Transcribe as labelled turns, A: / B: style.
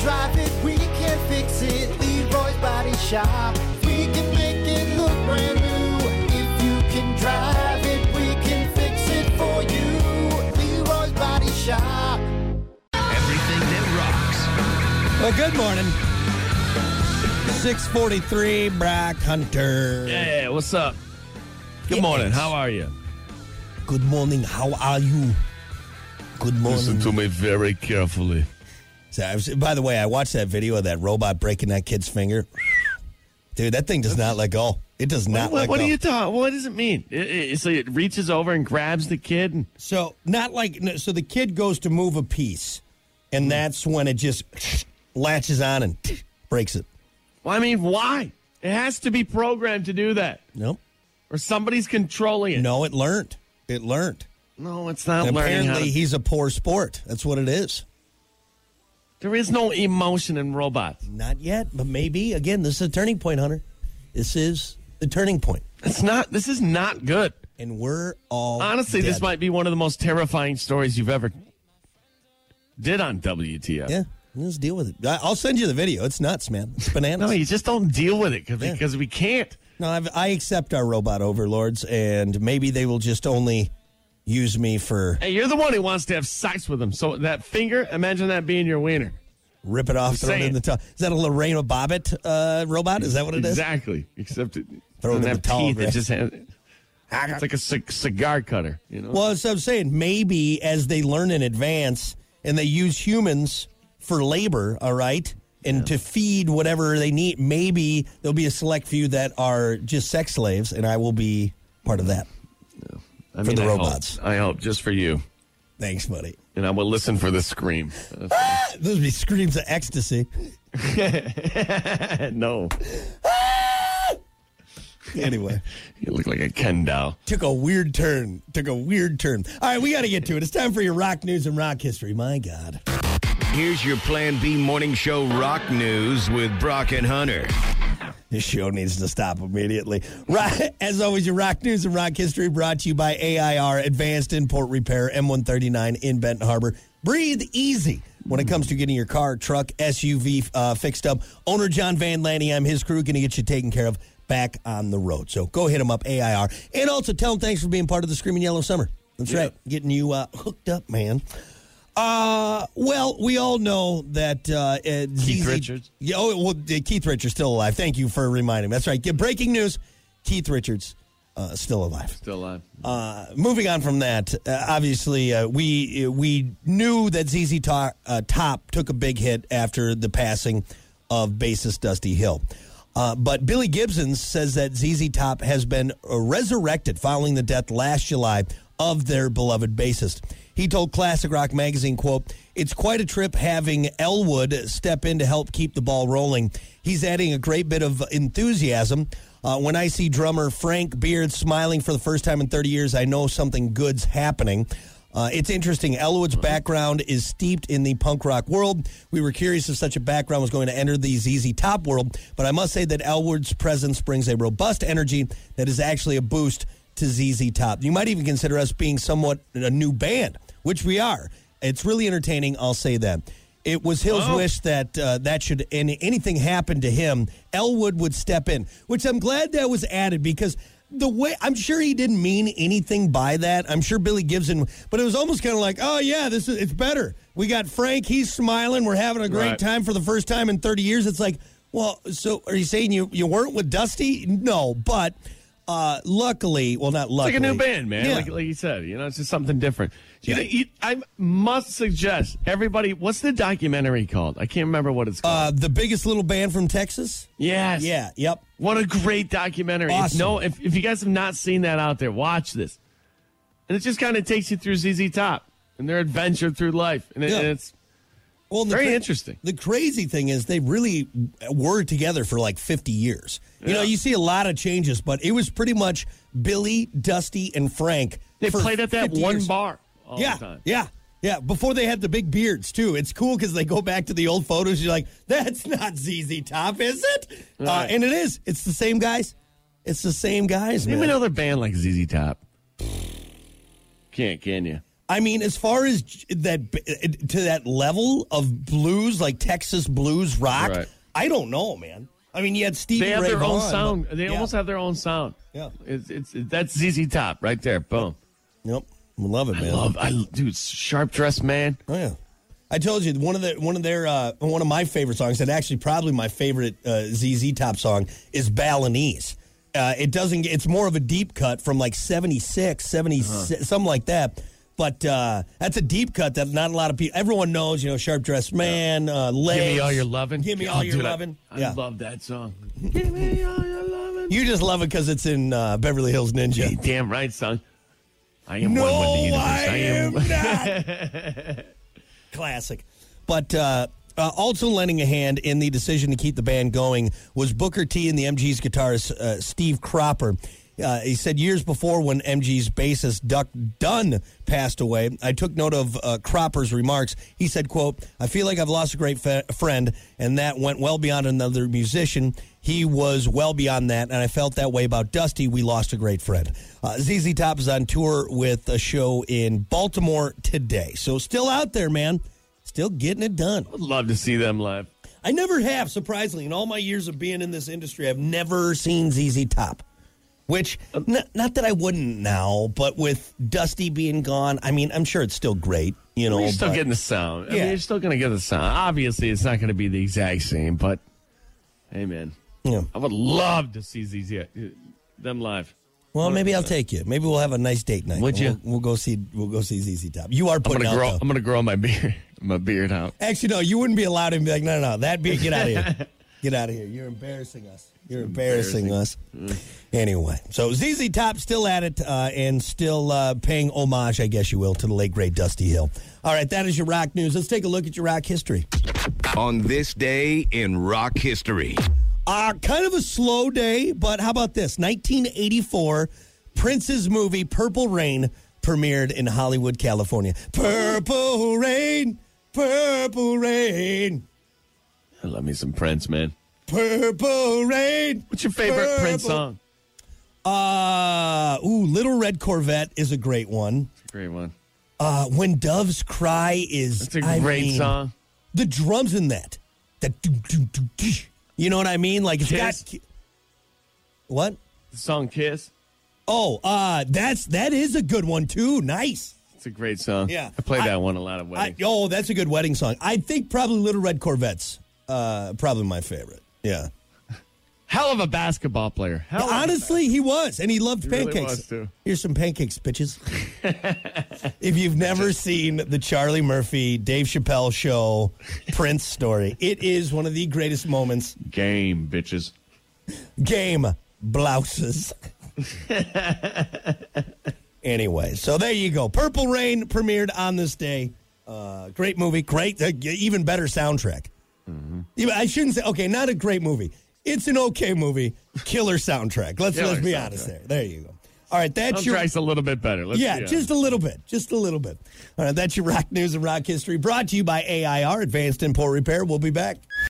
A: drive it, we can fix it. Leroy's Body Shop. We can make it look brand new. If you can drive it, we can fix it for you. Leroy's Body Shop.
B: Everything that
C: Well, good morning. 643 Brock Hunter.
B: rocks. Hey, what's up? Good
C: Yes.
B: morning. How are you?
C: Good morning. How are you? Good morning.
B: Listen to me very carefully.
C: So I was- by the way, I watched that video of that robot breaking that kid's finger. Dude, that thing does not let go. It does not
B: What,
C: let
B: what
C: go.
B: are you talking? What does it mean? It, it, so it reaches over and grabs the kid. And,
C: so not like no, so the kid goes to move a piece,
B: Hmm.
C: and that's when it just latches on and breaks it.
B: well, I mean, why? It has to be programmed to do that,
C: No,
B: or somebody's controlling it.
C: no, it learned. It learned.
B: no it's not
C: And
B: learning. How
C: apparently,
B: to,
C: he's a poor sport. That's what it is.
B: there is no emotion in robots.
C: Not yet, but maybe. Again, this is a turning point, Hunter. This is the turning point,
B: It's not. This is not good.
C: and we're all
B: Honestly, this
C: dead.
B: might be one of the most terrifying stories you've ever did on WTF.
C: Yeah, just deal with it. I- I'll send you the video. It's nuts, man. It's bananas.
B: No,
C: no,
B: you just don't deal with it 'cause-
C: Yeah.
B: because we can't.
C: I've, I accept our robot overlords, and maybe they will just only use me for
B: Hey, you're the one who wants to have sex with him. So that finger, imagine that being your wiener.
C: rip it off,
B: Just
C: throw it in
B: saying.
C: the towel. Is that a Lorena Bobbitt uh, robot? Is that what it is?
B: Exactly. Except it
C: Throw it
B: doesn't
C: in the
B: have
C: towel,
B: teeth.
C: Greg.
B: It just has. It's like a c- cigar cutter. You know.
C: Well, that's what I'm saying. Maybe as they learn in advance and they use humans for labor, all right, and to feed whatever they need, maybe there'll be a select few that are just sex slaves, and I will be part of that.
B: I
C: for the
B: I hope-
C: robots.
B: I hope just for you,
C: Thanks, buddy.
B: and I will listen for the scream.
C: Those would be screams of ecstasy.
B: no,
C: Anyway,
B: you look like a Ken doll.
C: took a weird turn. Took a weird turn. All right, we got to get to it. It's time for your rock news and rock history. My God.
D: Here's your Plan B morning show rock news with Brock and Hunter.
C: This show needs to stop immediately. Right, as always, your rock news and rock history brought to you by AIR Advanced Import Repair M139 in Benton Harbor. Breathe easy when it comes to getting your car, truck, SUV uh, fixed up. Owner John Van Landy, I'm his crew, going to get you taken care of back on the road. So go hit him up, AIR, and also tell him thanks for being part of the Screaming Yellow Summer. That's right, getting you uh, hooked up, man. Uh, well, we all know that uh, Keith
B: Richards.
C: Yeah, oh, well, uh, Keith Richards still alive. Thank you for reminding. me. That's right. Get breaking news: Keith Richards uh, still alive.
B: Still alive.
C: Uh, moving on from that, uh, obviously uh, we uh, we knew that ZZ Top, uh, Top took a big hit after the passing of bassist Dusty Hill. Uh, but Billy Gibson says that ZZ Top has been uh, resurrected following the death last July of their beloved bassist. He told Classic Rock magazine, quote, It's quite a trip having Elwood step in to help keep the ball rolling. He's adding a great bit of enthusiasm. Uh, when I see drummer Frank Beard smiling for the first time in 30 years, I know something good's happening. Uh, it's interesting. Elwood's background is steeped in the punk rock world. We were curious if such a background was going to enter the ZZ Top world, but I must say that Elwood's presence brings a robust energy that is actually a boost to ZZ Top. You might even consider us being somewhat a new band, which we are. It's really entertaining, I'll say that. It was Hill's
B: Wow.
C: wish that uh, that should any, anything happen to him, Elwood would step in, which I'm glad that was added because the way I'm sure he didn't mean anything by that. I'm sure Billy Gibson, but it was almost kind of like, oh yeah, this is it's better. We got Frank, he's smiling, we're having a great
B: Right.
C: time for the first time in 30 years. It's like, well, so are you saying you you weren't with Dusty? No, but uh, luckily, well, not
B: It's
C: luckily,
B: like a new band, man.
C: Yeah.
B: Like, like you said, you know, it's just something different. You know, you- I must suggest everybody. What's the documentary called? I can't remember what it's called.
C: uh, the biggest little band from Texas.
B: yes.
C: Yeah, yep.
B: What a great documentary. If
C: Awesome.
B: No, if, if you guys have not seen that out there, watch this. And it just kind of takes you through ZZ Top and their adventure through life. And, it,
C: Yeah.
B: and it's
C: Well, the
B: Very interesting.
C: The crazy thing is they really were together for like 50 years. You know,
B: Yeah.
C: you see a lot of changes, but it was pretty much Billy, Dusty, and Frank.
B: they
C: for
B: played at that
C: 50
B: one
C: years.
B: bar all
C: yeah,
B: the time.
C: yeah, yeah. Before they had the big beards too. It's cool because they go back to the old photos. You're like, that's not ZZ Top, is it? Uh,
B: Right.
C: and it is. It's the same guys. It's the same guys,
B: Name
C: man.
B: another band like ZZ Top. Can't, can you?
C: I mean, as far as j- that b- to that level of blues, like Texas blues rock,
B: Right.
C: I don't know, man. I mean, you had Stevie
B: They have
C: Ray
B: their own
C: Vaughan,
B: sound.
C: but-
B: They
C: yeah.
B: almost have their own sound.
C: Yeah.
B: It's, it's, that's ZZ Top right there. Boom.
C: Yep, love it, man.
B: Love, I, dude, sharp dressed man.
C: Oh yeah. I told you one of the one of their uh, one of my favorite songs, and actually probably my favorite uh, ZZ Top song is Balinese. Uh, it doesn't. It's more of a deep cut from like 76,
B: Uh-huh.
C: 76, something like that. But uh, that's a deep cut that not a lot of people. Everyone knows, you know, sharp dressed man, uh, legs.
B: Give me all your loving.
C: Give me
B: Oh,
C: all your
B: dude, I-
C: lovin'.
B: I,
C: yeah,
B: love that song. Give me all your lovin'.
C: you just love it because it's in uh, Beverly Hills Ninja.
B: You damn right, son. I am
C: No,
B: one with the universe.
C: I, am not. Classic. But uh, uh, also lending a hand in the decision to keep the band going was Booker T and the MG's guitarist uh, Steve Cropper. Uh, he said years before when MG's bassist Duck Dunn passed away, I took note of uh, Cropper's remarks. He said, quote, I feel like I've lost a great fe- friend, and that went well beyond another musician. He was well beyond that, and I felt that way about Dusty. We lost a great friend. Uh, ZZ Top is on tour with a show in Baltimore today. So still out there, man. Still getting it done.
B: Would love to see them live.
C: I never have, surprisingly, in all my years of being in this industry, I've never seen ZZ Top. Which, not, not that I wouldn't now, but with Dusty being gone, I mean, I'm sure it's still great, you know.
B: You're still
C: Oh, but-
B: getting the sound. I
C: Yeah.
B: mean, you're still going to get the sound. Obviously, it's not going to be the exact same, but hey, man,
C: Yeah.
B: I would love to see ZZ them live.
C: Well, maybe I'll take you. Maybe we'll have a nice date night.
B: Would ya?
C: We'll, we'll go see. We'll go see ZZ Top. You are
B: I'm
C: putting
B: gonna
C: out.
B: grow.
C: the-
B: I'm gonna grow my beard. My beard out.
C: Actually, no, you wouldn't be allowed to be like, no, no, no, that be get out of here. get out of here. You're embarrassing us. You're embarrassing, us. Anyway, so ZZ Top still at it uh, and still uh, paying homage, I guess you will, to the late great Dusty Hill. All right, that is your rock news. Let's take a look at your rock history.
D: On this day in rock history.
C: Uh, kind of a slow day, but how about this? 1984, Prince's movie Purple Rain premiered in Hollywood, California. Purple Rain, Purple Rain.
B: I love me some Prince, man.
C: Purple Rain.
B: What's your favorite
C: Purple-
B: Prince song?
C: Uh, ooh, Little Red Corvette is a great one.
B: Great one.
C: Uh, when Doves Cry is
B: It's a
C: I
B: great
C: mean,
B: song.
C: The drums in that. That doo, doo, doo, doo. You know what I mean? Like it's
B: Kiss?
C: got What?
B: The song Kiss.
C: Oh, uh that's that is a good one too. Nice.
B: It's a great song.
C: Yeah.
B: I played
C: I-
B: that one a lot of
C: I,
B: weddings.
C: oh, that's a good wedding song. I think probably Little Red Corvettes. Uh probably my favorite. Yeah.
B: Hell of a basketball player. Hell of a-
C: Honestly, he was, and he loved
B: really
C: pancakes.
B: was, too.
C: Here's some pancakes, bitches. if you've never seen the Charlie Murphy, Dave Chappelle show, Prince story, it is one of the greatest moments.
B: game, bitches.
C: Game blouses. anyway, so there you go. Purple Rain premiered on this day. Uh, great movie, great, uh, even better soundtrack.
B: Mm-hmm.
C: Even- I shouldn't say okay, not a great movie. It's an okay movie, killer soundtrack. Let's
B: Killer
C: let's be
B: soundtrack.
C: honest there. There you go. All right, that's your
B: Soundtrack's a little bit better. Let's
C: yeah,
B: be honest.
C: just a little bit. Just a little bit. All right, that's your rock news and rock history brought to you by AIR, Advanced Import Repair. We'll be back.